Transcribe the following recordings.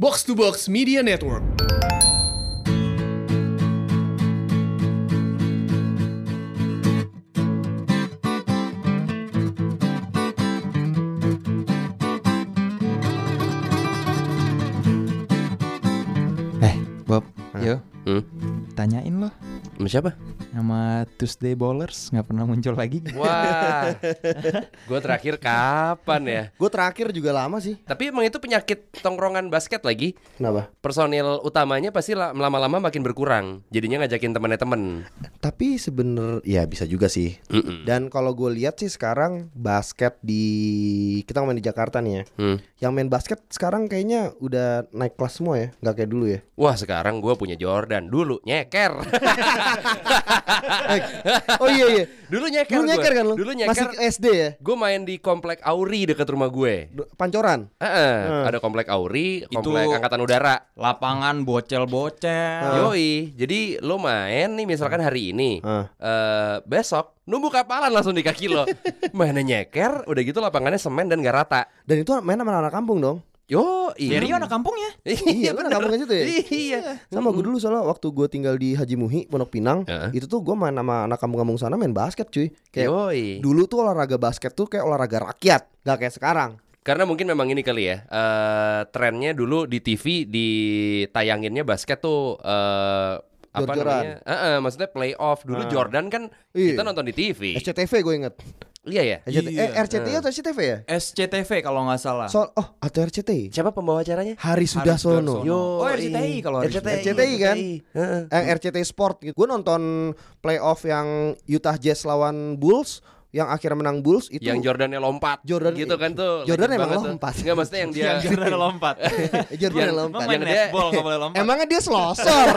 Box to Box Media Network. Eh, Bob, Hah? yo, Hmm. tanyain lo Sama siapa? sama Tuesday Bowlers nggak pernah muncul lagi. Wah, gue terakhir kapan ya? Gue terakhir juga lama sih. Tapi emang itu penyakit tongkrongan basket lagi. Kenapa? Personil utamanya pasti la- lama-lama makin berkurang. Jadinya ngajakin temannya temen. Tapi sebener ya bisa juga sih. Mm-mm. Dan kalau gue lihat sih sekarang basket di kita main di Jakarta nih ya. Hmm. Yang main basket sekarang kayaknya udah naik kelas semua ya, nggak kayak dulu ya. Wah sekarang gue punya Jordan. Dulu nyeker. Oh iya iya. Ah. Dulu nyeker. Dulu gua. nyeker kan lu? Dulu Masih nyeker. SD ya? Gue main di komplek Auri deket rumah gue. D- Pancoran. Heeh, Ada komplek Auri, komplek Itu- angkatan udara. Lapangan Eh. bocel-bocel. Yoi, jadi lo main nih misalkan hari ini eh Heeh. Besok, numbuk kapalan langsung di kaki lo Mainnya nyeker, udah gitu lapangannya semen dan gak rata Dan itu main sama anak kampung dong. Yo, iya kampung ya? Iya, lu bener anak kampung aja tuh ya. Iya Sama gue dulu soalnya waktu gue tinggal di Haji Muhi, Pondok Pinang, Heeh. itu tuh gue main sama anak kampung-kampung sana main basket cuy. Kayak Yoi dulu tuh olahraga basket tuh kayak olahraga rakyat, nggak kayak sekarang. Karena mungkin memang ini kali ya eh Trennya dulu di TV ditayanginnya basket tuh eh apa Jor-joran. namanya? Heeh, maksudnya playoff dulu Ah. Jordan kan Iya. kita nonton di TV. SCTV gue inget Iya Ah. ya. RCTI Iya. eh, RCTI atau SCTV ya? SCTV kalau nggak salah. Soal oh atau RCTI? Siapa pembawa acaranya? Hari Sudarsono. Sudarsono. Oh, RCTI kalau RCTI, RCTI kan? Heeh. Eh, RCTI Sport gitu. Gue nonton playoff yang Utah Jazz lawan Bulls yang akhirnya menang Bulls itu yang Jordannya lompat Jordan- iya. gitu kan tuh Jordan legend emang banget tuh. lompat. nggak maksudnya yang dia Yang Jordan lompat. Eh, Jordan yang lompat. Emang main Yang dia- netball nggak boleh lompat. Emangnya dia selosor?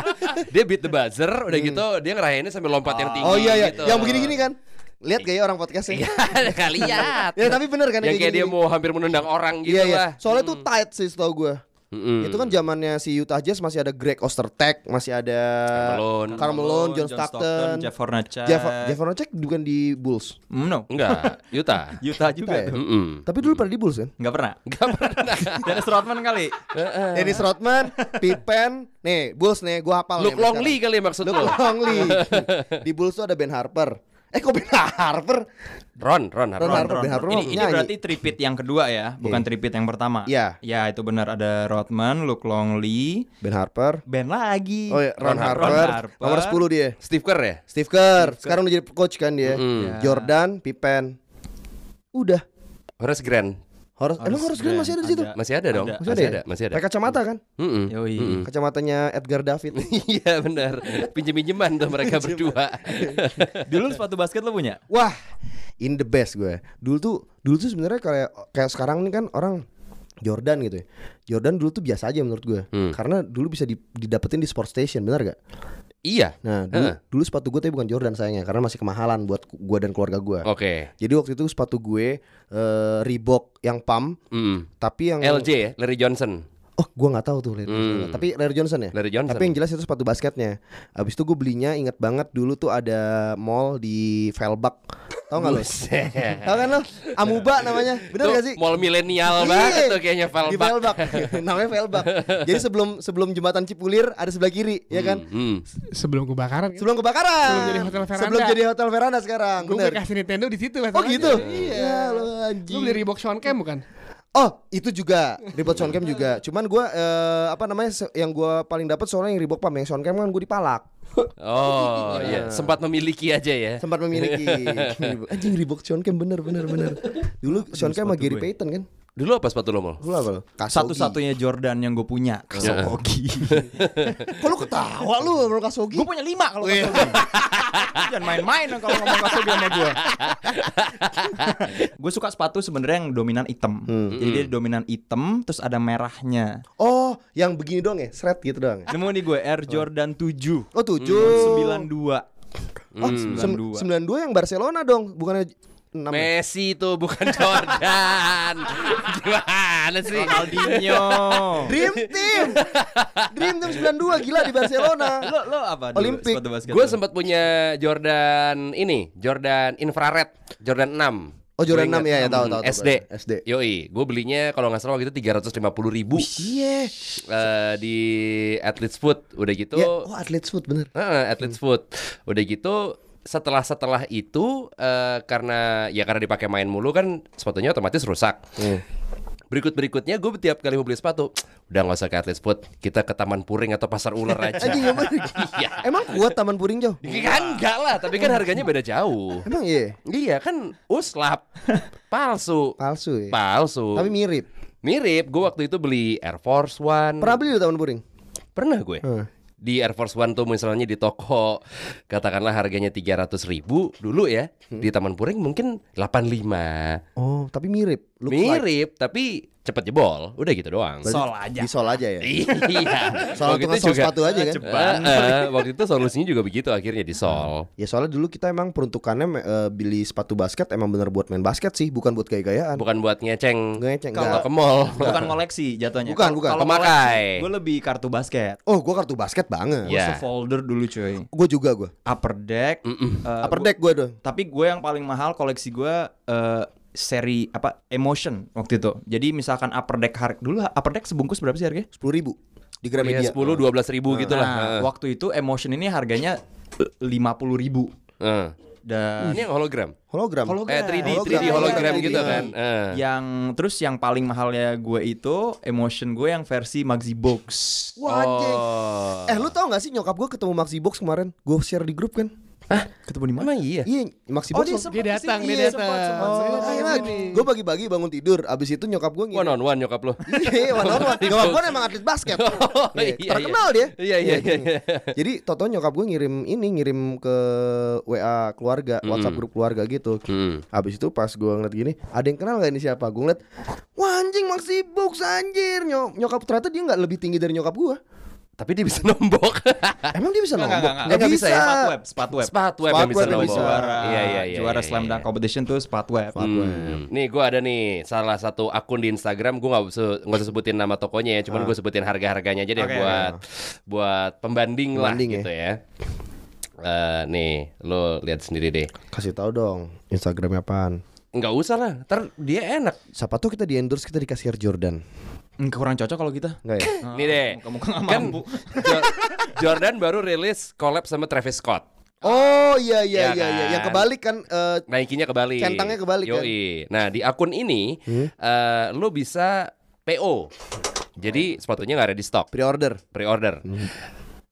dia beat the buzzer udah gitu dia ngerayainnya sambil lompat yang tinggi Hmm. oh iya iya, gitu. yang begini-gini kan. Lihat gaya orang podcastnya. nggak lihat ya tapi bener kan iya. yang kayak dia gini-gini. mau hampir menendang orang gitu Iya iya. lah Hmm. Soalnya tuh tight sih setahu gue. Mm-mm. Hmm. Itu kan zamannya si Utah Jazz masih ada Greg Ostertag, masih ada Malone. Karl Malone, John Stockton, Jeff Hornacek. Jeff Jeff Hornacek bukan di Bulls. Mm, no. enggak Yuta Utah juga Utah ya? tuh. Mm-mm. Tapi dulu pada di Bulls kan? Nggak pernah. Nggak pernah. Dennis Rodman kali. Eh, Eh. Dennis Rodman, Pippen, nih Bulls nih, gua hafal. Luke nih sampai Longley kali ya maksud lo sekarang. Luke Longley. di Bulls tuh ada Ben Harper. Eh kok Ben Harper? Ron Ron Ron Ron Harper, Ben Harper ini, mah ini nyanyi. berarti tripit yang kedua ya, bukan Iya. tripit yang pertama. Iya. Ya itu benar ada Rodman, Luke Longley, Ben Harper. Ben lagi. Oh iya, Ron, Ron Harper. Harper. Nomor 10 dia. Steve Kerr ya Steve Kerr, sekarang udah jadi coach kan dia. Iya. Jordan, Pippen. Udah. Horace Grant Harus, eh, lu Horace harus masih ada di situ. Grant, masih ada dong Ada. masih ya? ada masih ada Hmm. Pakai kacamata kan? Mm-mm. Yoi. Mm-mm. Kacamatanya Edgar David. Iya benar pinjem pinjeman tuh mereka berdua Dulu sepatu basket lo punya? Wah, in the best gue. Dulu tuh, dulu tuh sebenarnya kayak kayak sekarang nih kan orang Jordan gitu ya. Jordan dulu tuh biasa aja menurut gue. Hmm. Karena dulu bisa di- didapetin di Sport Station, benar gak? iya Nah, dulu, Heeh. dulu sepatu gue tapi bukan Jordan sayangnya karena masih kemahalan buat ku- gue dan keluarga gue. oke Jadi waktu itu sepatu gue eh, Reebok yang pump Mm-mm. tapi yang LJ ya, Larry Johnson. Oh, gue nggak tahu tuh Larry Hmm. Johnson. Tapi Larry Johnson ya. Larry Johnson. Tapi yang jelas itu sepatu basketnya. Abis itu gue belinya inget banget dulu tuh ada mall di Velbak. Tahu nggak lu? Buset. Tahu kan lo? Amuba namanya. Bener Tuh, gak sih? Mall milenial Iya. banget tuh kayaknya Di Velbak. Velbak. namanya Velbak. Jadi sebelum sebelum jembatan Cipulir ada sebelah kiri, ya kan? Hmm. Sebelum kebakaran, Sebelum kebakaran. Sebelum jadi hotel veranda. Sebelum jadi hotel veranda sekarang. gue Bener. kasih Nintendo di situ. Oh gitu. Iya. Ya, lu Lu anjing. beli Reebok Sean Cam bukan? Oh, itu juga Reebok Sound Cam juga. Cuman gua eh, apa namanya se- yang gua paling dapat soalnya yang Reebok Pam yang Sound Cam kan gua dipalak. Oh iya, sempat memiliki aja ya. Sempat memiliki. anjing Reebok Sound Cam bener bener bener. Dulu Sound Cam sama sepatu Gary gue. Payton kan. Dulu apa sepatu lo mal? Dulu apa lo? Kasogi. Satu-satunya Jordan yang gue punya. Kasogi. Kok lu ketawa lu sama Kasogi? gue punya lima kalau Kasogi. Jangan main-main kalau ngomong Kasogi sama gue. gue suka sepatu sebenarnya yang dominan hitam. Jadi dia dominan hitam, terus ada merahnya. Oh, yang begini doang ya, seret gitu doang. Ya? Nemu nih gue Air Jordan 7 Oh, 7. Hmm, 92. hmm, Oh, sem- 92. 92 yang Barcelona dong, bukannya ya? 6. Messi tuh bukan Jordan. Gimana sih? Ronaldinho. Dream Team. Dream Team 92 gila di Barcelona. lo lo apa dulu Olimpik. sepatu basket? Gue lo? sempat punya Jordan ini, Jordan infrared, Jordan 6. Oh Jordan Gua 6 ya, ya ingat, tahu hmm, tahu. tahu, SD. tahu. SD. Yoi, gue belinya kalau nggak salah waktu itu tiga ratus lima puluh ribu Eh, Iya. di Athlete's Foot. Udah gitu, Ya, oh atlet food bener. Heeh, Athlete's Hmm. Foot. Udah gitu setelah setelah itu eh, karena ya karena dipakai main mulu kan sepatunya otomatis rusak. Hmm. Berikut berikutnya gue tiap kali mau beli sepatu udah nggak usah ke Athlete's Foot, kita ke Taman Puring atau Pasar Ular aja. Anjing, ya emang- Iya. Emang kuat Taman Puring jauh. Kan enggak lah, tapi kan harganya beda jauh. Emang iya. Iya kan uslap palsu. Palsu ya. Palsu. Tapi mirip. Mirip, gue waktu itu beli Air Force One. Pernah beli lu Taman Puring? Pernah gue. Di Air Force One tuh misalnya di toko katakanlah harganya 300 ribu dulu ya. Hmm. Di Taman Puring mungkin 85. Oh, tapi mirip. Looks like. Mirip tapi cepet jebol. Udah gitu doang. Berarti Sol aja. Di sol aja ya. iya. Soal Waktu tukang itu sol juga- sepatu aja kan. Jep- Eh, eh, waktu itu solusinya juga begitu akhirnya di sol. Ya soalnya dulu kita emang peruntukannya eh, beli sepatu basket emang bener buat main basket sih, bukan buat gaya-gayaan. Bukan buat ngeceng. Nggak ngeceng, Kalau nggak. ke mall. Bukan koleksi jatuhnya. Bukan, bukan. Kalau Pemakai. Gue lebih kartu basket. Oh, gua kartu basket banget. Gue Iya. folder dulu cuy. Gua juga gua. Upper deck. eh, Upper gua- deck gua dong. Tapi gue yang paling mahal koleksi gue eh, seri apa emotion waktu itu. Jadi misalkan upper deck harga dulu upper deck sebungkus berapa sih harganya? Sepuluh ribu di Ya, Gramedia. 10 12 ribu gitu lah. Nah, waktu itu emotion ini harganya eh, lima puluh ribu Heeh. dan Ini yang hologram. Hologram. Eh 3D, Hologram. 3D hologram Iya, gitu 3D. kan. Heeh. yang terus yang paling mahalnya gue itu emotion gue yang versi maxi box. Wah, anjing. Eh lu tau gak sih nyokap gue ketemu Maxi Box kemarin Gue share di grup kan Ketemu di mana? ya? Emang iya. Iya Maxi Oh, Box dia Dia Sempat waktu- kesini, datang, dia iya, datang. sempat, sempat, Oh, Oh, iya, enak. ini. Gue pagi-pagi bangun tidur Abis itu nyokap gue gitu. One on one nyokap lo. Iya, one on one. Nyokap gue emang atlet basket. Oh, Iya, iya, Terkenal iya. dia. Iya, iya, iya, Jadi Toto nyokap gue ngirim ini ngirim ke WA keluarga, WhatsApp grup keluarga gitu. Hmm. Habis itu pas gue ngeliat gini, ada yang kenal gak ini siapa? Gue ngeliat, wah anjing Maxi Box anjir. Nyo- nyokap ternyata dia nggak lebih tinggi dari nyokap gue. Tapi dia bisa nombok. Emang dia bisa Enggak, enggak, nombok? enggak. Nggak Enggak bisa ya, bisa. Spot web, spot web. Sepatu web Sepatu yang bisa web yang nombok. bisa. Juara, Iya iya iya. juara iya, slam iya. dunk competition tuh spot web. Hmm. Nih gue ada nih salah satu akun di Instagram gue nggak usah nggak usah sebutin nama tokonya ya, cuman gue sebutin harga harganya aja deh Ah. Oke. buat buat pembanding, lah Pembanding ya. gitu ya. Eh, nih lo lihat sendiri deh. Kasih tahu dong Instagramnya apaan? Nggak usah lah, ntar dia enak. Siapa tuh kita di endorse kita dikasih Air Jordan. Hmm, Kurang cocok kalau kita. Enggak ya? Nih deh. Ah, Muka-muka nggak Kan mampu. Jo- Jordan baru rilis collab sama Travis Scott. Oh iya Iya iya iya iya kan? yang kebalik kan eh, Naikinya kebalik. Centangnya kebalik, kan? Hmm? Yoi. Nah, di akun ini eh, lo bisa PO. Jadi sepatunya nggak ada di stok, pre-order. Hmm. pre-order.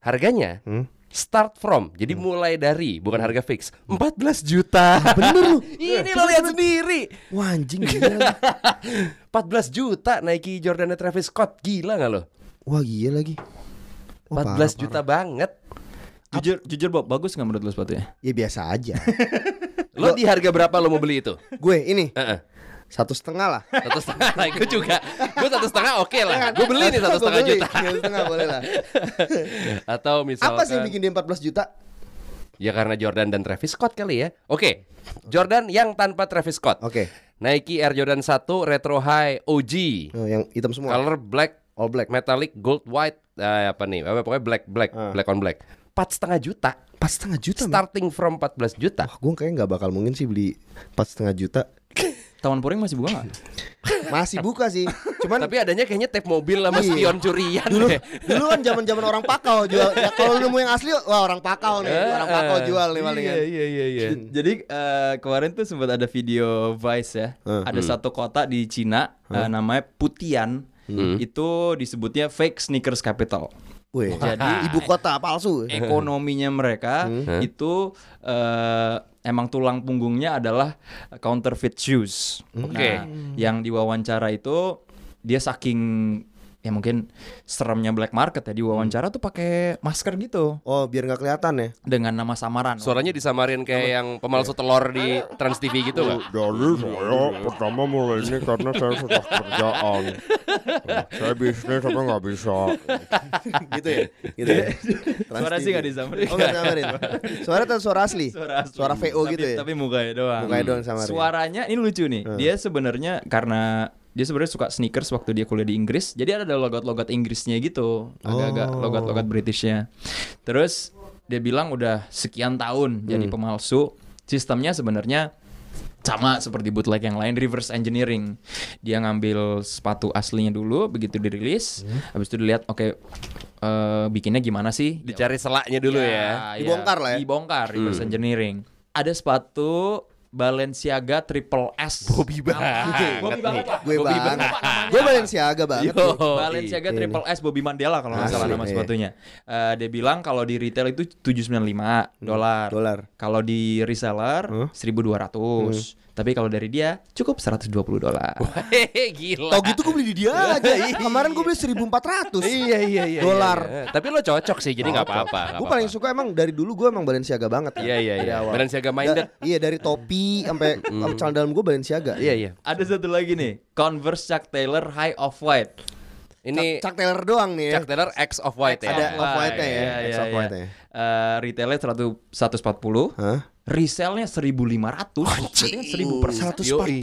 Harganya start from. Jadi mulai dari bukan harga fix. 14 juta. Ah, Bener lu. ini lo lihat sendiri. Wah anjing gila. lagi. 14 juta Nike Jordan Travis Scott. Gila nggak lo? Wah gila lagi. 14 Wah, Oh, parah, juta banget. Jujur, jujur Bob, bagus nggak menurut lu sepatunya? Ya biasa aja. Lo di harga berapa lo mau beli itu? gue ini Heeh. satu setengah lah. satu setengah lah gue juga gue satu setengah oke lah gue beli nih satu Gue setengah beli, juta Satu setengah boleh lah. atau misalkan Apa sih yang bikin dia 14 juta? ya karena Jordan dan Travis Scott kali ya oke Jordan yang tanpa Travis Scott Oke. Nike Air Jordan 1 Retro High OG Eh, yang hitam semua. color black All black. metallic gold white eh, apa nih apa pokoknya black black black on black empat setengah juta Pas Ah. setengah juta. men. starting from 14 juta Wah, gue kayaknya nggak bakal mungkin sih beli pas setengah juta. Taman Puring masih buka nggak? Masih buka sih. Cuman tapi adanya kayaknya tape mobil sama Iya. spion curian dulu deh. dulu kan zaman zaman orang pakau jual ya, kalau nemu yang asli wah orang pakau nih orang pakau jual nih palingan Eh, iya iya iya. Jadi eh, kemarin tuh sempat ada video Vice ya. ada satu kota di Cina eh, namanya Putian. Hmm. Itu disebutnya fake sneakers capital. Wih, Jadi- ibu kota palsu Ekonominya mereka itu eh, emang tulang punggungnya adalah counterfeit shoes. Oke. Nah, yang diwawancara itu dia saking ya mungkin seremnya black market ya diwawancara tuh pakai masker gitu oh biar nggak kelihatan ya dengan nama samaran. Suaranya disamarin kayak yang pemalsu telur di Iya. Trans TV gitu nggak? Jadi saya pertama mulai ini karena saya sudah kerjaan. Saya bisnis tapi nggak bisa. gitu ya gitu ya Trans Suara TV. sih nggak disamarin. oh nggak disamarin suara tuh suara asli suara asli. suara VO Tapi- gitu ya tapi mukanya doang Mukanya doang sama dia. suaranya ini lucu nih dia sebenarnya karena dia sebenarnya suka sneakers waktu dia kuliah di Inggris jadi ada logat-logat Inggrisnya gitu agak-agak logat-logat Britishnya terus dia bilang udah sekian tahun jadi pemalsu sistemnya sebenarnya sama seperti bootleg yang lain reverse engineering dia ngambil sepatu aslinya dulu begitu dirilis habis itu dilihat oke eh, bikinnya gimana sih Dicari selaknya dulu Iya. ya. Dibongkar lah ya. dibongkar reverse engineering ada sepatu Balenciaga Triple S Bobby banget Bobby banget lah. Gue Bobby banget. Pak, namanya. Gue Balenciaga banget. Yo. nih. Oh, Balenciaga Triple S Bobby Mandela kalau nggak salah Asli, nama iya. sepatunya. Eh, dia bilang kalau di retail itu 795 dolar. Hmm. dolar. Kalau di reseller 1200. Hmm. Tapi kalau dari dia cukup 120 dolar. Hehehe, Gila. Tau gitu gue beli di dia aja. Kemarin gue beli 1400. Iya iya iya. Dolar. iya, iya. Tapi lo cocok sih, jadi nggak apa-apa. nggak apa-apa. Gue Oh, paling suka emang dari dulu gue emang Balenciaga banget. kan, Iya iya dari iya. awal. Balenciaga minded. Da- iya dari topi sampai sampai celana dalam gue Balenciaga. Iya iya. Ada satu lagi nih, Converse Chuck Taylor High Off White. Ini Chuck Taylor doang nih. ya. Chuck Taylor X of White ya. Ada off-white-nya ya, Iya, X iya, off-white-nya. iya. Eh, retailnya 100 140. Hah? Resellnya 1500. Berarti kan 1000 persen.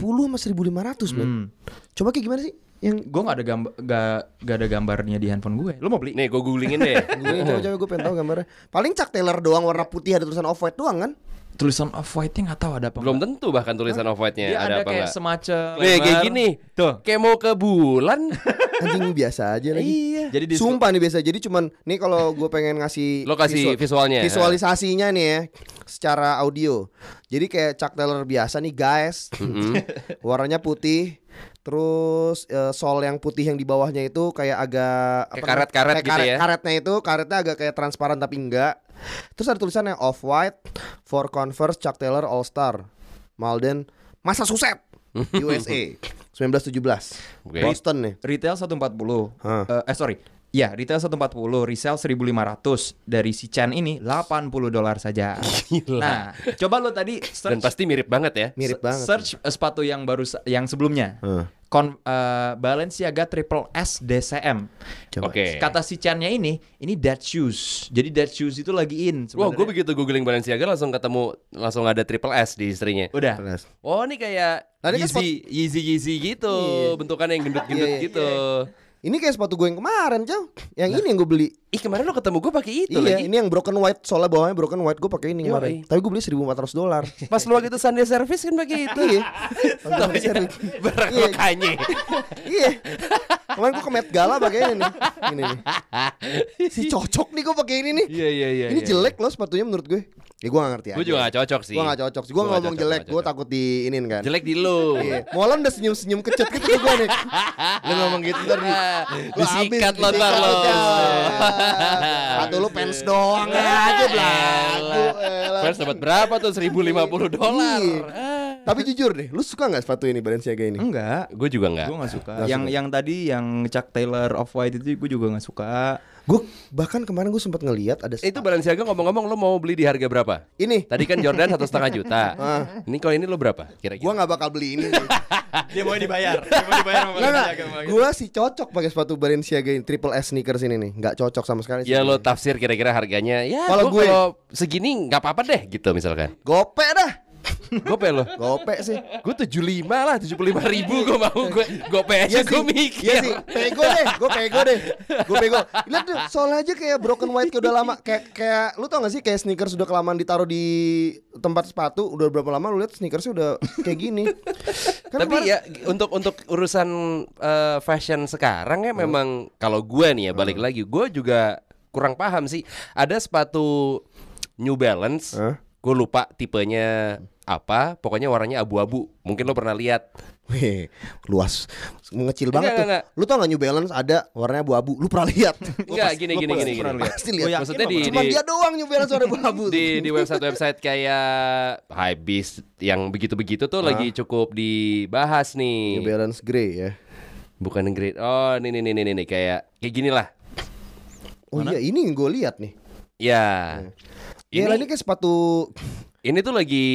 140 sama 1500 men. Hmm. Coba kayak gimana sih? Yang Gue gak ada gambar gak, gak ada gambarnya di handphone gue. Lo mau beli? Nih gue googlingin deh. gue coba-coba gue pengen tahu gambarnya. Paling Chuck Taylor doang warna putih ada tulisan off white doang kan? Tulisan off white-nya gak tahu ada apa. Belum tentu bahkan tulisan off white-nya Dia ada, ada, apa kayak enggak. semacam Nih kayak gini. Tuh. Kayak mau ke bulan. Anjing biasa aja lagi. iya. Jadi di Sumpah nih biasa. Jadi cuman nih kalau gue pengen ngasih Lo kasih visualnya. Visualisasinya nih ya secara audio. Jadi kayak Chuck Taylor biasa nih guys. Mm-hmm. Warnanya putih. Terus eh, sol yang putih yang di bawahnya itu kayak agak Kayak namanya? karet-karet Kayak gitu karet- ya? Karetnya itu karetnya agak kayak transparan tapi enggak. Terus ada tulisannya off white for Converse Chuck Taylor All Star Malden Massachusetts USA 1917 Oke. Boston nih. retail 140. Hah. Eh, eh sorry. Ya, retail 140, resell 1500. Dari si Chan ini 80 dolar saja. Nah, coba lo tadi Dan search pasti mirip banget ya. Mirip se- banget. Search eh, sepatu yang baru se- yang sebelumnya. Con- eh, Balenciaga Triple S DCM. Oke. Kata si Chan-nya ini, ini dead shoes. Jadi dead shoes itu lagi in Wah, sebenarnya. gue begitu googling Balenciaga langsung ketemu langsung ada triple S di istrinya. udah. Oh, ini kayak Lah, ini kan Yeezy, Yeezy, Yeezy gitu, bentukannya yang gendut-gendut Iya, iya, gitu. Ini kayak sepatu gue yang kemarin, Cau. Yang ini yang gue beli. Ih, kemarin lo ketemu gue pakai Nah, itu iya, lagi. ini yang broken white. Soalnya bawahnya broken white gue pakai ini Yoi. kemarin. Tapi gue beli 1400 dolar. Pas lo waktu itu Sunday service kan pakai itu. iya. Pas gue beli Barang Iya. lo kanye. Iya. Kemarin gue ke Met Gala pakai ini nih. Ini nih. Si cocok nih gue pakai ini nih. Iya, iya, iya. Ini jelek loh sepatunya menurut gue. Ya gue gak ngerti Gue juga gak cocok sih. Gue gak cocok. Gue Gua nggak ngomong cocok, jelek, nggak gue cocok. takut diinin kan. Jelek di lo. Iya. Molan udah senyum-senyum kecut gitu ke gue nih. Lu ngomong gitu ntar di Gua habis Disikat lo disikat ntar lo. aja. Atau kan. lu pens doang Iya. aja belagu. elah. Fans dapat berapa tuh? 1050 dolar. Ah. Iya. Tapi jujur deh, lu suka nggak sepatu ini Balenciaga Hmm. ini? Enggak. Gue juga nggak. Gue gak suka. yang yang tadi yang Chuck Taylor Off White itu gue juga gak suka. Gue bahkan kemarin gue sempat ngeliat ada Itu Balenciaga ngomong-ngomong lo mau beli di harga berapa? ini. Tadi kan Jordan satu setengah juta. Ini kalau ini lo berapa? Gue Kira-kira? nggak bakal beli Oh, ini. gitu. sih. Dia mau dibayar. Dia mau dibayar sama Nggak, nggak. Gue sih cocok pakai sepatu Balenciaga ini Triple S sneakers ini nih. Nggak cocok sama sekali. sih. Ya lo tafsir kira-kira harganya. Ya kalau Kalau gue gue- kalau segini nggak apa-apa deh gitu misalkan. Gope dah. Gope lo. Gope sih. Gue 75 lah, 75 ribu gue mau gue gope aja gue mikir. Iya sih, pego deh, gue pego deh, gue pego. Lihat tuh, soalnya aja kayak broken white kayak udah lama, kayak kayak lu tau gak sih kayak sneakers udah kelamaan ditaruh di tempat sepatu, udah berapa lama lu lihat sneakersnya udah kayak gini. Kan Tapi kemarin- ya untuk untuk urusan eh, fashion sekarang ya Hmm. memang kalau gue nih ya balik lagi gue juga kurang paham sih. Ada sepatu New Balance, gue lupa tipenya apa, pokoknya warnanya abu-abu. Mungkin lo pernah lihat. Weh, luas, mengecil Enggak, banget tuh. enggak, Lu tau gak New Balance ada warnanya abu-abu, lu pernah lihat? Enggak gua pasti gini gini gini. gini. pernah lihat. Pasti lihat. Gua yakin Maksudnya lo di, Cuma di- dia doang New Balance warna abu-abu. tuh. di di website-website kayak Hypebeast yang begitu-begitu tuh lagi cukup dibahas nih. New Balance grey ya. Bukan grade. Oh, ini nih nih nih nih kayak kayak gini lah. Oh iya, ini yang gue lihat nih. Ya. Ini, ini kayak sepatu Ini tuh lagi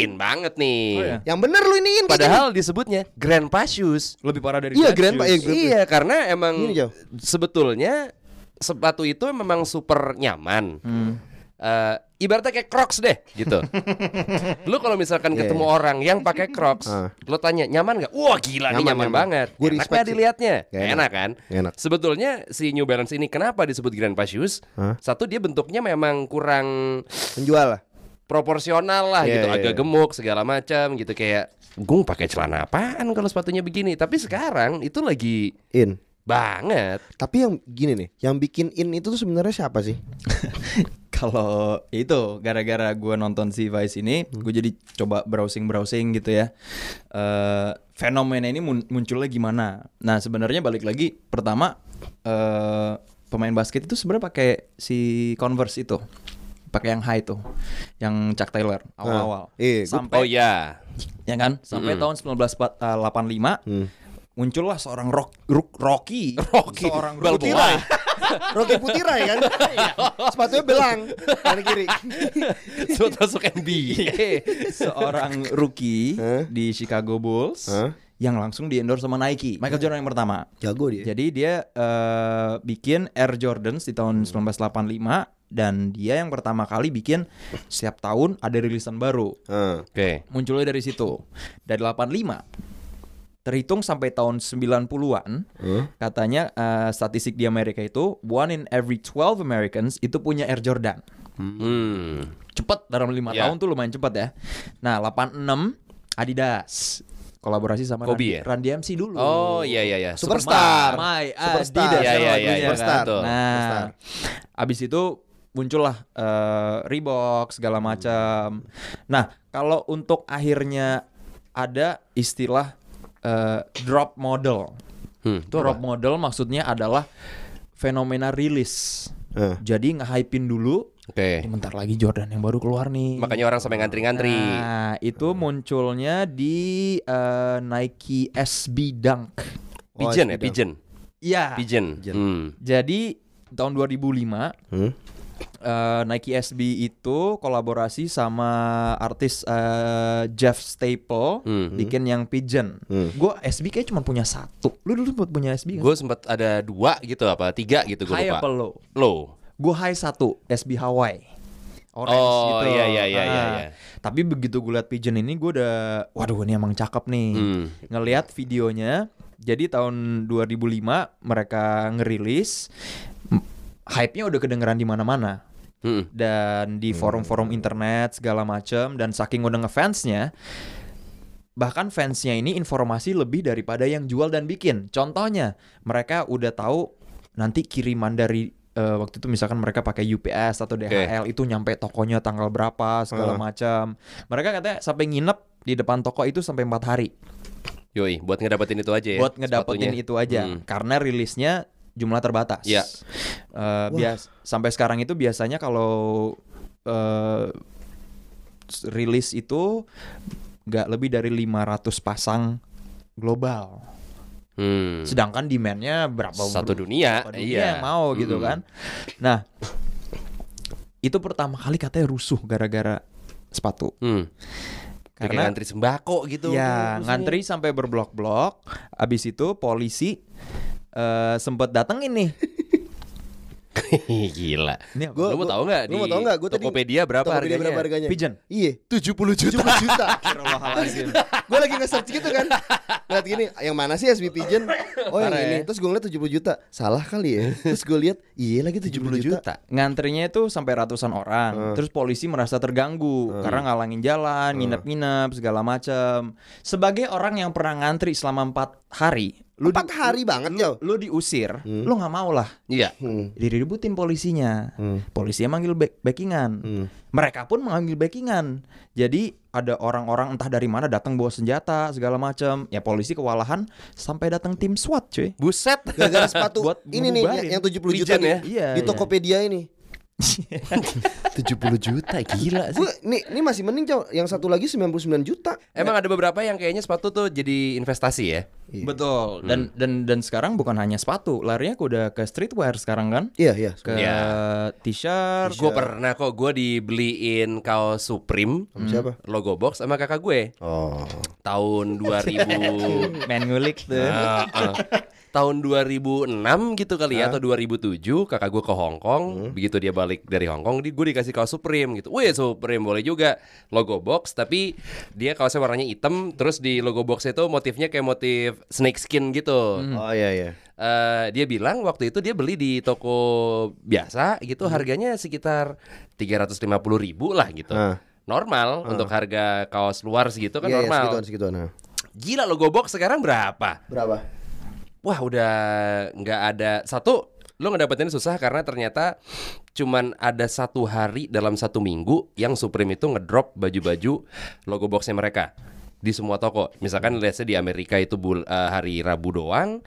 in banget nih. Oh, iya. yang bener lu kan iniin kayak Padahal disebutnya Grandpa Shoes. Lebih parah dari Iya, Dutch Grandpa, Shoes. iya. Grandpa. Iya, karena emang Ini, Jo. sebetulnya sepatu itu memang super nyaman. Hmm. Eh, ibaratnya kayak Crocs deh gitu. lu kalau misalkan Iya, ketemu orang yang pakai Crocs, lu tanya nyaman nggak? Wah gila nih Ah. Nyaman, nyaman, nyaman. banget. Gua enak respect nggak sih. dilihatnya? Nggak Enak. enak. kan? Nggak enak. Sebetulnya si New Balance ini kenapa disebut Grandpa Shoes? Satu dia bentuknya memang kurang gini. Menjual lah. proporsional lah Iya, gitu, iya, agak iya. gemuk segala macam gitu kayak gue mau pakai celana apaan kalau sepatunya begini. Tapi sekarang itu lagi in. banget. Tapi yang gini nih, yang bikin in itu tuh sebenarnya siapa sih? Kalau ya itu gara-gara gue nonton si Vice ini, Hmm. gue jadi coba browsing-browsing gitu ya. Eh fenomena ini mun- munculnya gimana? Nah sebenarnya balik lagi pertama eh pemain basket itu sebenarnya pakai si Converse itu, pakai yang high tuh, yang Chuck Taylor awal-awal. Ah, iya, Hmm. gua- sampai Oh ya. ya kan sampai tahun eh, 1985 Hmm. muncullah seorang rock, rock- Rocky, Rocky seorang Balboa. Rocky Putirai kan? Iya. Sepatunya belang kanan kiri. Sudah masuk NBA. seorang rookie Hah? di Chicago Bulls Hah? yang langsung diendorse sama Nike. Michael Jordan yang pertama. Jago dia. Jadi dia eh, bikin Air Jordans di Hmm. tahun 1985 dan dia yang pertama kali bikin setiap tahun ada rilisan baru. Heeh. Oke. Munculnya dari situ. Dari 85 terhitung sampai tahun 90-an katanya eh, statistik di Amerika itu one in every 12 Americans itu punya Air Jordan Hmm. cepat dalam lima Ya. tahun tuh lumayan cepat ya. Nah 86 Adidas kolaborasi sama Kobe ya? Run DMC dulu. Oh iya iya iya. Super- Super Superstar. My Superstar. Adidas Iya, kan iya, iya, lagunya iya, kan. Superstar. betul. Nah Superstar. abis itu muncullah eh, Reebok segala macam. Nah kalau untuk akhirnya ada istilah eh, drop model. Hmm, itu drop apa? model maksudnya adalah fenomena rilis. Eh. Jadi nge-hypein dulu, Oke. "Ini bentar lagi Jordan yang baru keluar nih. Hmm. Makanya orang sampai ngantri-ngantri. Nah, itu munculnya di eh, Nike SB Dunk. Pigeon Oh, ya, gitu. itu pigeon. Iya. Pigeon. Hmm. Jadi tahun 2005 Hmm? eh, Nike SB itu kolaborasi sama artis eh, Jeff Staple Hmm. bikin yang Pigeon. Hmm. Gue SB kayak cuma punya satu. Lu dulu sempat punya SB Gue sempat ada dua gitu apa tiga gitu gue high apa lupa. low? Low. Gue high satu SB Hawaii. Orange Oh, gitu. iya, iya, iya, iya, Ah, iya. Tapi begitu gue liat Pigeon ini gue udah waduh ini emang cakep nih. Hmm. ngelihat videonya. Jadi tahun 2005 mereka ngerilis m- hype-nya udah kedengeran di mana-mana Hmm. dan di forum-forum internet segala macem dan saking udah ngefansnya bahkan fansnya ini informasi lebih daripada yang jual dan bikin contohnya mereka udah tahu nanti kiriman dari eh, waktu itu misalkan mereka pakai UPS atau DHL itu nyampe tokonya tanggal berapa segala macam mereka katanya sampai nginep di depan toko itu sampai empat hari Yoi, buat ngedapetin itu aja ya. buat ngedapetin sepatunya. itu aja Hmm. karena rilisnya jumlah terbatas. Iya. Eh, bias sampai sekarang itu biasanya kalau eh, s- rilis itu nggak lebih dari 500 pasang global. Hmm. Sedangkan demandnya berapa Satu dunia, berapa dunia iya. yang mau gitu Mm-mm. kan. Nah, itu pertama kali katanya rusuh gara-gara sepatu. Hmm. Karena Karena ngantri sembako gitu. Ya, Iya. ngantri sampai berblok-blok. Abis itu polisi eh sempet datengin nih. Gila. Ini apa? Gua- lu mau gua- tahu nggak lu di mau tahu nggak? Gua tadi- Tokopedia berapa Tokopedia harganya? berapa harganya? Pigeon. Iya, 70 juta. 70 juta. gue lagi nge-search gitu kan. Lihat gini, yang mana sih SB Pigeon? Oh, yang Parah ini. ya. Terus gue ngeliat 70 juta. Salah kali ya. Terus gue lihat, iya lagi 70 juta. Ngantrinya itu sampai ratusan orang. Terus polisi merasa terganggu karena ngalangin jalan, nginep-nginep segala macam. Sebagai orang yang pernah ngantri selama empat hari, lu Empat di- hari banget, yo. lu diusir, lu nggak mau lah. Iya. Hmm. diributin polisinya. Polisi yang manggil back- backingan. Mereka pun mengambil backingan. Jadi ada orang-orang entah dari mana datang bawa senjata segala macam. Ya polisi kewalahan sampai datang tim SWAT, cuy. Buset. Gara-gara sepatu Buat ini nih ngebubarin. yang 70 juta Pigeon nih, ya? Iya, di iya. Tokopedia ini. 70 juta gila sih. Gue nih ini masih mending Cau. yang satu lagi 99 juta. Emang ada beberapa yang kayaknya sepatu tuh jadi investasi ya. Betul. Dan dan dan sekarang bukan hanya sepatu, larinya udah ke streetwear sekarang kan? Iya, iya. Ke Iya. t-shirt. ya. Gue pernah kok gue dibeliin kaos Supreme Sama siapa? logo box sama kakak gue Oh. tahun 2000 main ngulik tuh. Ah, ah. tahun 2006 gitu kali Ah. ya atau 2007 kakak gue ke Hong Kong Hmm. begitu dia balik dari Hong Kong di gue dikasih kaos Supreme gitu wih Supreme boleh juga logo box tapi dia kaosnya warnanya hitam terus di logo box itu motifnya kayak motif snake skin gitu Oh iya iya. Eh, dia bilang waktu itu dia beli di Hmm. toko biasa gitu harganya sekitar 350 ribu lah gitu Ah. normal untuk harga kaos luar segitu kan Iya, iya, normal. segituan, segituan. Nah. Gila lo gobok sekarang berapa? Berapa? Wah udah nggak ada satu lo ngedapetin susah karena ternyata cuman ada satu hari dalam satu minggu yang Supreme itu ngedrop baju-baju logo boxnya mereka di semua toko. Misalkan let's say di Amerika itu bul- eh, hari Rabu doang,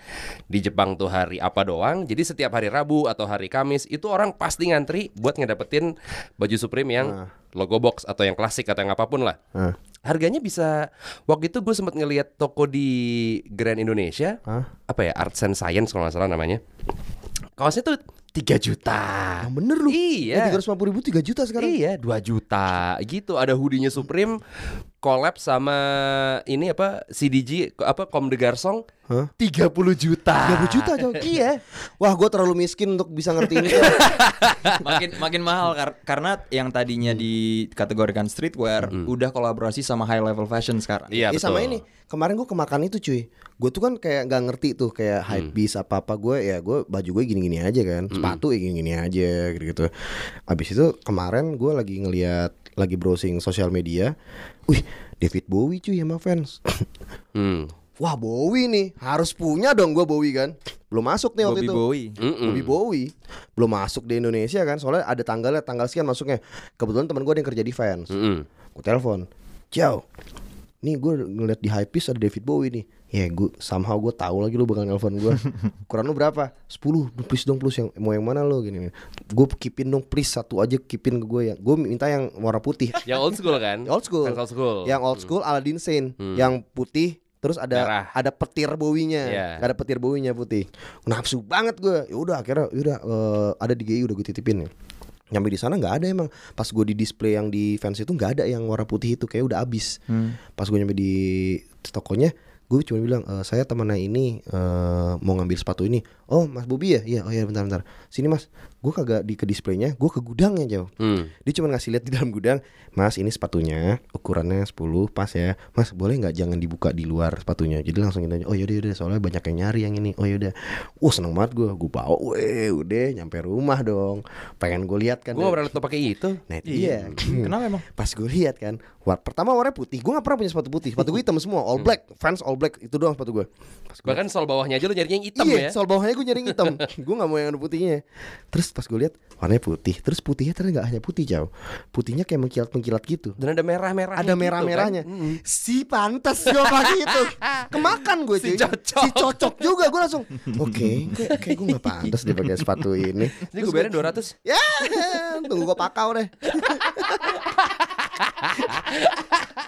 di Jepang tuh hari apa doang. Jadi setiap hari Rabu atau hari Kamis itu orang pasti ngantri buat ngedapetin baju Supreme yang logo box atau yang klasik atau yang apapun lah. Nah. Harganya bisa waktu itu gue sempat ngelihat toko di Grand Indonesia apa ya Arts and Science kalau nggak salah namanya kaosnya tuh 3 juta. Ah, Yang bener lu. Iya. Tiga ratus ribu tiga juta sekarang. Iya, 2 juta gitu. Ada hoodie-nya Supreme collab sama ini apa CDG apa Comme des Garçons Hah? 30 juta. 30 juta Jauh. Iya. Wah, gue terlalu miskin untuk bisa ngerti ini. Jauh. makin makin mahal kar- karena yang tadinya dikategorikan streetwear udah kolaborasi sama high level fashion sekarang. Iya, Ya, betul. sama ini. Kemarin gue kemakan itu cuy. Gue tuh kan kayak nggak ngerti tuh Hmm. kayak hype beast apa apa gue ya gue baju gue gini-gini aja kan. Sepatu ya gini-gini aja gitu-gitu. Abis itu kemarin gue lagi ngeliat lagi browsing sosial media. Wih, David Bowie cuy sama fans. Hmm. Wah, Bowie nih. Harus punya dong gue Bowie kan. Belum masuk nih Bobby waktu itu. Bowie. Mm-mm. Bobby Bowie belum masuk di Indonesia kan soalnya ada tanggalnya tanggal sekian masuknya kebetulan teman gue ada yang kerja di fans Mm-mm. Gue telepon Jauh Nih gue ngeliat di Hypebeast ada David Bowie nih Ya gue somehow gue tahu lagi lu bakal nelfon gue Ukuran lu berapa? 10 Please dong plus yang mau yang mana lu gini Gue keepin dong please satu aja keepin ke gue yang Gue minta yang warna putih Yang old school kan? Old school Yang old school. Yang old school Aladdin Sane Yang putih Terus ada Hmm. Merah. ada petir bowinya, Iya. ada petir bowinya putih. Nafsu banget gue. Ya udah akhirnya udah eh, ada di GI udah gue titipin ya. Nyampe di sana nggak ada emang. Pas gue di display yang di fans itu nggak ada yang warna putih itu kayak udah abis. Pas gue nyampe di tokonya gue cuma bilang "Eh, saya temannya ini eh, mau ngambil sepatu ini oh mas Bobi ya iya oh ya bentar bentar sini mas gue kagak di ke displaynya gue ke gudangnya jauh Hmm. dia cuma ngasih lihat di dalam gudang, "Mas, ini sepatunya, ukurannya 10, pas ya. Mas, boleh nggak jangan dibuka di luar sepatunya?" Jadi langsung gitu aja, "Oh yaudah yaudah, soalnya banyak yang nyari yang ini." "Oh yaudah." Wah, seneng banget gue, gue bawa, weh, udah nyampe rumah dong. Pengen gue lihat kan. Gue Mm. nggak pernah Iya. Hmm. liat lo pakai itu. Nah, itu dia. Kenapa emang? Pas gue lihat kan, war pertama warnanya putih. Gue nggak pernah punya sepatu putih. Sepatu gue hitam semua, all black, fans all black itu doang sepatu gue. Pas gua- Bahkan sol bawahnya aja lo nyarinya yang hitam iya, ya. soal bawahnya gue nyari yang hitam. gue nggak mau yang ada putihnya. Terus pas gue lihat warnanya putih. Terus putihnya ternyata nggak hanya putih jauh. Putihnya kayak mengkilat-mengkilat gitu. Dan ada merah-merahnya. Ada gitu merah-merahnya. kan? Si pantas gue pakai itu. Kemakan gue Si cuy. cocok. Si cocok juga gue langsung. Oke, kayak, kayak gue nggak pantas deh pakai sepatu ini. Jadi gue bayarin 200 Ya, tunggu gue pakau deh.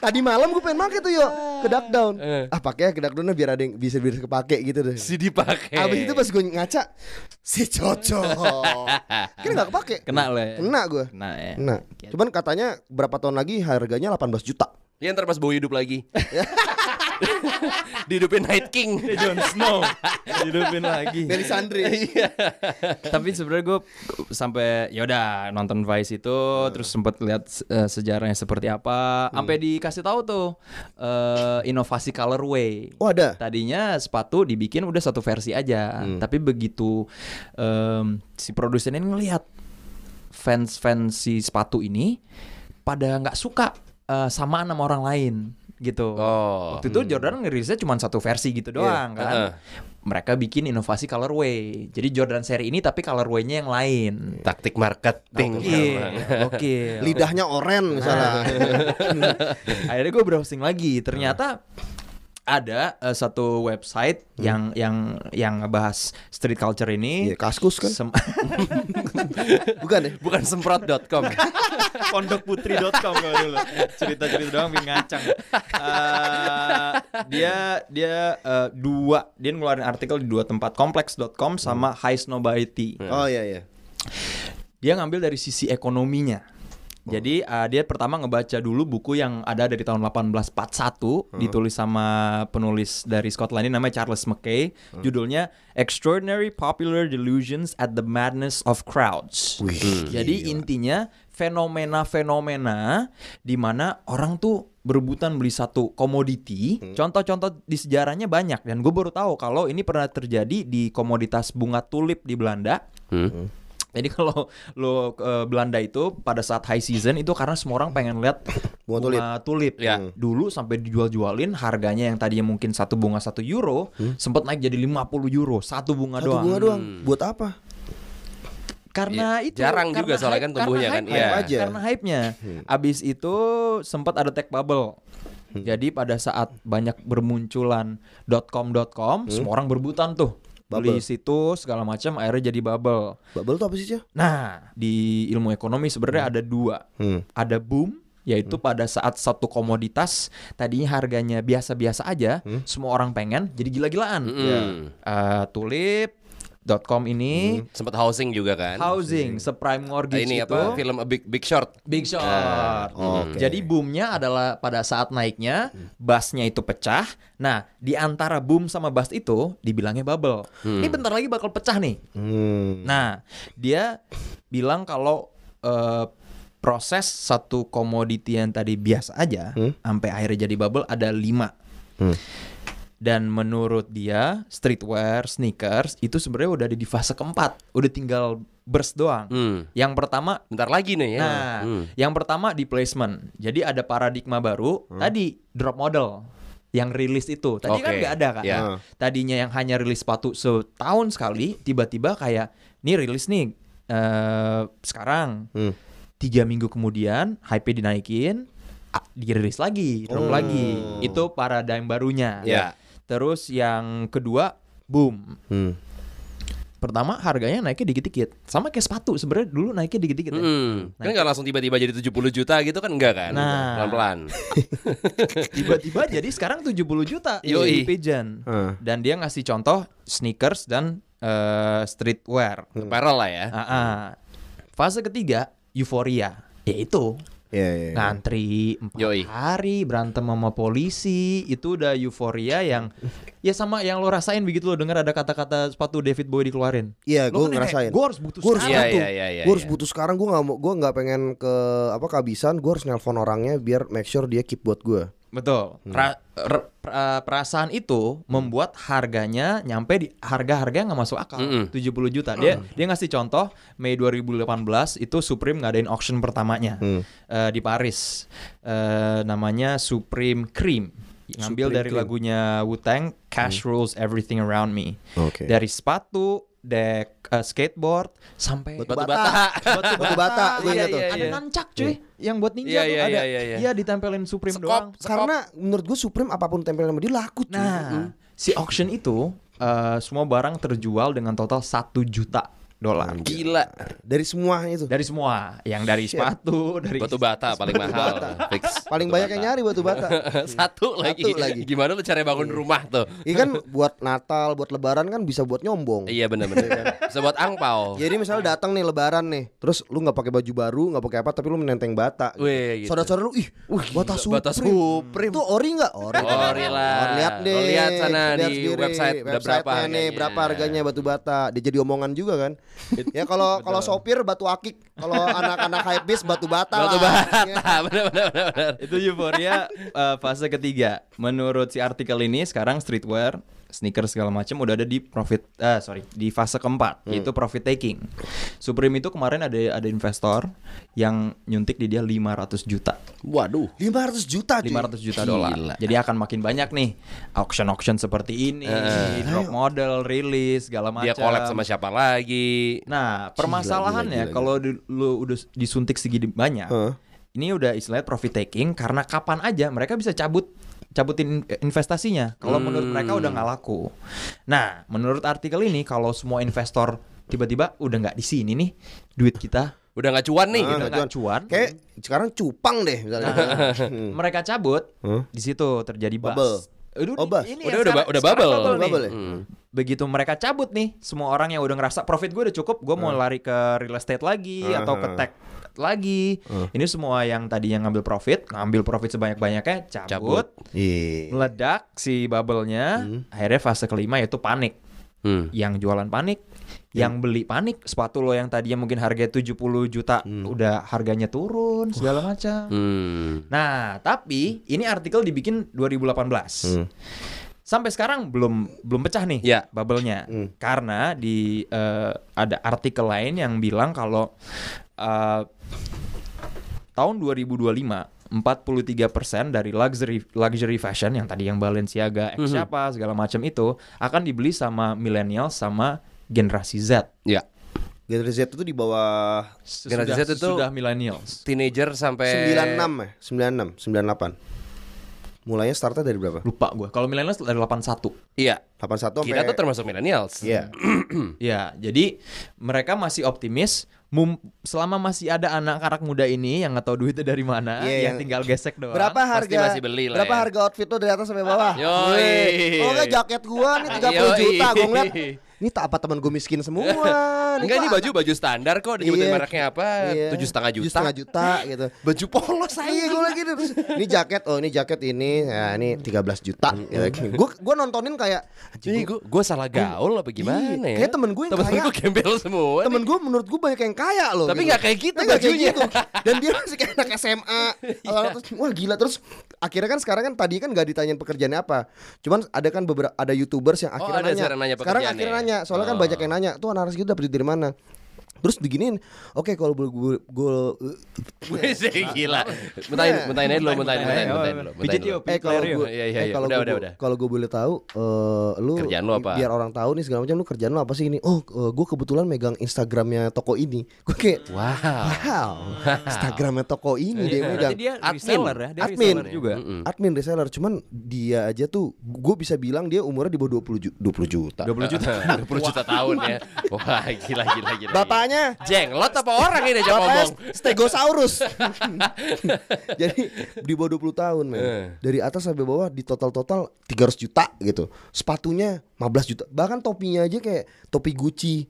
Tadi malam gue pengen pakai tuh yo ke duck down. Eh. Ah pakai ya ke duck down biar ada yang bisa bisa kepake gitu deh. Si dipakai. Abis itu pas gue ngaca si cocok. Kira nggak kepake. Kena lo ya? Iya. Kena gue. Kena ya. Kena. Cuman katanya berapa tahun lagi harganya 18 juta. Ya ntar pas Bowie hidup lagi Dihidupin Night King Jon Snow hidupin lagi. Melisandre. Tapi sebenarnya gue sampai yaudah nonton Vice itu terus sempat lihat eh, sejarahnya seperti apa. Sampai dikasih tahu tuh eh, inovasi colorway. Oh ada. Tadinya sepatu dibikin udah satu versi aja, tapi begitu em, si produsen ini ngelihat fans-fans si sepatu ini pada nggak suka eh, samaan sama orang lain gitu. Oh. Waktu itu Jordan ngerilisnya cuma satu versi gitu doang kan. Heeh. Mereka bikin inovasi colorway. Jadi Jordan seri ini tapi colorway-nya yang lain. Taktik marketing Iya, oke. Nah. Lidahnya oren misalnya. Akhirnya gue browsing lagi, ternyata ada eh, satu website yang yang yang ngebahas street culture ini. Iya, kaskus kan? Sem- Bukan deh. Iya. Bukan ya? semprot.com pondokputri.com kalau dulu cerita-cerita doang bikin ngacang Eh, dia dia eh, dua dia ngeluarin artikel di dua tempat kompleks.com sama high snobity Oh iya iya. dia ngambil dari sisi ekonominya jadi eh, dia pertama ngebaca dulu buku yang ada dari tahun 1841 ditulis sama penulis dari Scotland ini namanya Charles Mackay. Judulnya Extraordinary Popular Delusions at the Madness of Crowds. Hmm. Jadi intinya fenomena-fenomena di mana orang tuh berebutan beli satu komoditi. Contoh-contoh di sejarahnya banyak dan gue baru tahu kalau ini pernah terjadi di komoditas bunga tulip di Belanda Jadi kalau lo ke Belanda itu pada saat high season itu karena semua orang pengen lihat Bunga tulip. tulip. Ya. Hmm. Dulu sampai dijual-jualin harganya yang tadinya mungkin satu bunga satu euro sempat naik jadi 50 euro satu bunga Hmm. Satu doang. bunga doang. Buat apa? Karena Iya, itu jarang karena juga soalnya hype- kan tumbuhnya karena kan, hype- iya. hype Aja. Karena hype-nya. Hmm. Abis itu sempat ada tech bubble. Jadi pada saat banyak bermunculan .com.com, semua orang berbutan tuh. Beli Hmm. Bubble. situs segala macam akhirnya jadi bubble. Bubble tuh apa sih, Cah? Nah, di ilmu ekonomi sebenarnya ada dua. Hmm. Ada boom, yaitu pada saat satu komoditas tadinya harganya biasa-biasa aja, semua orang pengen jadi gila-gilaan. Mm-mm. Ya. Eh, tulip .com ini Sempat Hmm. housing juga kan. housing, subprime Nah, mortgage ini itu apa film A Big Big Short. Big shot. Hmm. oke. Jadi boomnya adalah pada saat naiknya, bassnya itu pecah. Nah, di antara boom sama bass itu dibilangnya bubble. Ini bentar lagi bakal pecah nih. Hmm. Nah, dia bilang kalau eh, proses satu komoditi yang tadi biasa aja sampai akhirnya jadi bubble ada lima. Dan menurut dia streetwear, sneakers itu sebenarnya udah ada di fase keempat, udah tinggal burst doang. Hmm. Yang pertama Bentar lagi nih ya. Nah, Hmm. yang pertama di placement. Jadi ada paradigma baru Hmm. tadi drop model yang rilis itu. Tadi kan Oke, nggak ada kan. ya. Tadinya yang hanya rilis sepatu setahun sekali, tiba-tiba kayak nih rilis nih eh, sekarang. Hmm. Tiga minggu kemudian hype dinaikin, ah, dirilis lagi, drop Hmm. lagi. Itu paradigma barunya. Ya. Terus yang kedua boom. Hmm. Pertama harganya naiknya dikit-dikit. Sama kayak sepatu sebenarnya dulu naiknya dikit-dikit. ya. Hmm. Nah, Kan nggak langsung tiba-tiba jadi 70 juta gitu kan enggak kan? Nah. Pelan-pelan. tiba-tiba jadi sekarang 70 juta di Yoi. Pigeon. Dan dia ngasih contoh sneakers dan eh, streetwear. Parah lah ya. Ah, ah. Fase ketiga euforia. Yaitu Iya, iya. Nah. iya. ngantri empat Yoi. hari berantem sama polisi itu udah euforia yang ya sama yang lo rasain begitu lo dengar ada kata-kata sepatu David Bowie dikeluarin. Iya, Lo kan gue kayak, ngerasain. "Gua harus butuh Gua harus sekarang butuh. tuh." Iya, iya, iya, Gua harus iya. butuh sekarang. Gue nggak mau, gue nggak pengen ke apa kehabisan. Gue harus nelpon orangnya biar make sure dia keep buat gue. Betul. Hmm. Ra- re- pra- perasaan itu membuat harganya nyampe di harga-harga yang nggak masuk akal. Mm-mm. 70 juta. Dia Hmm. dia ngasih contoh Mei 2018 itu Supreme ngadain auction pertamanya Hmm. eh, di Paris. Eh, namanya Supreme Cream. Ngambil Supreme dari Cream. Hmm. lagunya Wu-Tang Cash Rules Everything Around Me. Oke. Dari sepatu, dek eh, skateboard sampai Batu bata. batu Batu bata, Iya, gue ingat tuh. iya, Ada nancak cuy yang buat ninja Iya, tuh iya, ada. iya, iya, iya. ditempelin Supreme Sekop. doang. Karena menurut gue Supreme apapun tempel sama dia laku. cuy. Nah, si auction itu eh, semua barang terjual dengan total 1 juta dolar. Gila. dari semuanya itu. Dari semua, yang dari Shit. sepatu, dari Batu bata paling mahal. bata. Fix. Paling Batu banyak bata. yang nyari batu bata. Satu lagi. Satu lagi. Gimana lu cara bangun rumah tuh? Iya kan buat Natal, buat Lebaran kan bisa buat nyombong. Iya benar-benar. Bisa buat angpau. Jadi misalnya datang nih Lebaran nih, terus lu nggak pakai baju baru, nggak pakai apa, tapi lu menenteng bata. Gitu. Weh, gitu. Saudara-saudara lu, ih, wih, bata gitu. Supreme. Bata Supreme. Itu ori nggak? Ori. Ori lah. Or, lihat deh. Lo lihat sana lihat di sendiri. website udah Website-nya berapa nih, harganya. berapa harganya batu bata. Dia jadi omongan juga kan. ya kalau kalau sopir batu akik, kalau anak-anak hype beast batu bata Batu lah. bata. Benar-benar. benar. itu euforia eh, fase ketiga. Menurut si artikel ini sekarang streetwear, sneakers segala macam udah ada di profit eh sorry, di fase keempat yaitu profit taking. Supreme itu kemarin ada ada investor yang nyuntik di dia 500 juta. Waduh. 500 juta cuy. 500 juta Gila. dolar. Jadi akan makin banyak nih auction-auction seperti ini, drop model, rilis, segala macam. Eh. Dia collab sama siapa lagi? Nah, permasalahannya kalau di- lu udah disuntik segini banyak, Eh. ini udah istilahnya profit taking karena kapan aja mereka bisa cabut cabutin in- investasinya. Kalau menurut mereka udah Hmm. nggak laku. Nah, menurut artikel ini kalau semua investor tiba-tiba udah nggak di sini nih duit kita Udah nggak cuan nih. Ah, udah nggak nggak cuan. Kayak sekarang cupang deh misalnya. Hmm. mereka cabut di situ terjadi bubble. Bubble. Aduh, Oh, ini- bus. ini Udah yang udah sekarang- udah sekarang bubble. nih. Bubble ya? Hmm. Begitu mereka cabut nih, semua orang yang udah ngerasa profit gue udah cukup, gue mau lari ke real estate lagi atau ke tech lagi. Ini semua yang tadinya ngambil profit, ngambil profit sebanyak-banyaknya, Cabut. cabut, Iya. Hmm. meledak si bubble-nya. Akhirnya fase kelima yaitu panik. Hmm. Yang jualan panik, yang beli panik, sepatu lo yang tadinya mungkin harganya 70 juta udah harganya turun segala macam. Hmm. Nah, tapi ini artikel dibikin 2018. sampai sekarang belum belum pecah nih Hmm. Ya. bubble-nya. Karena di eh, ada artikel lain yang bilang kalau eh, tahun 2025 43% dari luxury luxury fashion yang tadi yang Balenciaga, X Hmm. siapa segala macam itu akan dibeli sama milenial sama generasi Z. Ya. Generasi Z itu di bawah Sesudah, Generasi Z itu- sesudah millennials. Teenager sampai 96 ya, 96, 98. Mulainya startnya dari berapa? Lupa gue. Kalau millennials dari 81. Iya. 81 Kita tuh sampai termasuk millennials. Iya. Ya, jadi mereka masih optimis mum- selama masih ada anak anak muda ini yang nggak tahu duitnya dari mana, Iya, yang yang- tinggal gesek doang. Nah, Berapa pasti harga? masih beli lah berapa ya. harga outfit lo dari atas sampai bawah? Yoi. Wih. Oh enggak jaket gua nih 30 Yoi. juta gua ngeliat. Ini tak apa teman gua miskin semua. Enggak ini baju baju standar kok disebutin Iya. mereknya apa? Tujuh setengah juta. setengah juta gitu. Baju polos Iya aja. gue lagi terus ini jaket oh ini jaket ini ya ini 13 juta gitu. Gue gue nontonin kayak Jadi gue gue salah gaul apa gimana Iya, ya? kayak temen gue yang temen kaya. gue gembel semua. temen gue menurut gue banyak yang kaya loh Tapi nggak kayak gitu Tapi nggak kayak bajunya. gitu. dan dia masih kayak anak SMA Lalu terus, wah gila terus akhirnya kan sekarang kan tadi kan nggak ditanyain pekerjaannya apa cuman ada kan beberapa ada youtubers yang akhirnya Oh, ada nanya. sekarang nanya sekarang pekerjaannya. akhirnya nanya soalnya kan Oh. banyak yang nanya tuh anak anak gitu dapet duit dari mana terus beginiin oke kalau boleh gue Wih, gila. Iya. Bentain, bentain aja dulu, bentain, bentain, bentain dulu. bentain Pijit dulu. yuk, Eh kalau gue, Iya, iya, eh, iya. kalau Udah, gue, udah, udah. kalau gue boleh tahu, eh, lu Kerjaan lu apa? Biar orang tahu nih segala macam, lu kerjaan lu apa sih ini? Oh, gue kebetulan megang Instagramnya toko ini. Gue kayak, Wow. wow, Instagramnya toko ini dia megang. Berarti dia Admin. reseller ya, dia Admin. reseller juga. Admin reseller, cuman dia aja tuh, gue bisa bilang dia umurnya di bawah 20 juta. 20 juta. 20 juta. 20 juta tahun ya. Wah, gila gila gila. Bapaknya, gila. jenglot apa orang ini aja bapaknya ngomong. Stegosaurus. Jadi di bawah 20 tahun men. Eh. Dari atas sampai bawah di total-total 300 juta gitu. Sepatunya 15 juta. Bahkan topinya aja kayak topi Gucci.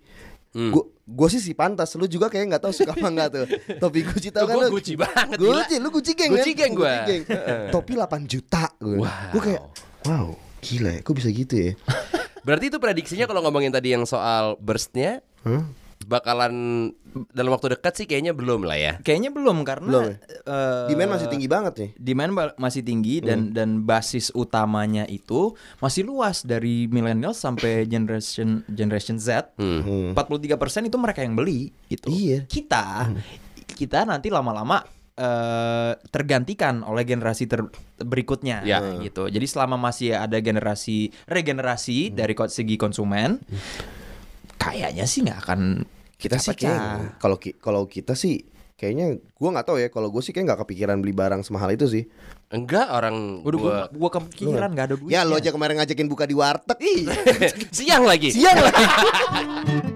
Hmm. Gue Gue sih sih pantas, lu juga kayak nggak tahu suka apa nggak tuh Topi Gucci Tuh, tau kan gua lu Gucci banget, gila. Gucci, lu Gucci geng kan? Gucci geng gua. Eh. Gucci geng. Topi 8 juta gue Gue kayak, wow gila ya, kok bisa gitu ya Eh. Berarti itu prediksinya kalau ngomongin tadi yang soal burstnya bakalan dalam waktu dekat sih kayaknya belum lah ya. Kayaknya belum karena Belum ya? eh, Demand Hmm. masih tinggi banget nih demand ba- masih tinggi dan dan basis utamanya itu masih luas dari millennial sampai generation generation Z. Hmm. 43% itu mereka yang beli gitu. Hmm. Iya. Kita kita nanti lama-lama eh, tergantikan oleh generasi ter- berikutnya Ya. gitu. Jadi selama masih ada generasi regenerasi Hmm. dari ko- segi konsumen kayaknya sih nggak akan kita sih kayaknya kalau ki- kalau kita sih kayaknya gua nggak tahu ya kalau gue sih kayak nggak kepikiran beli barang semahal itu sih Enggak orang Waduh, gua, gua gua kepikiran nggak ada duit. ya lo aja kemarin ngajakin buka di warteg ih siang lagi. siang lagi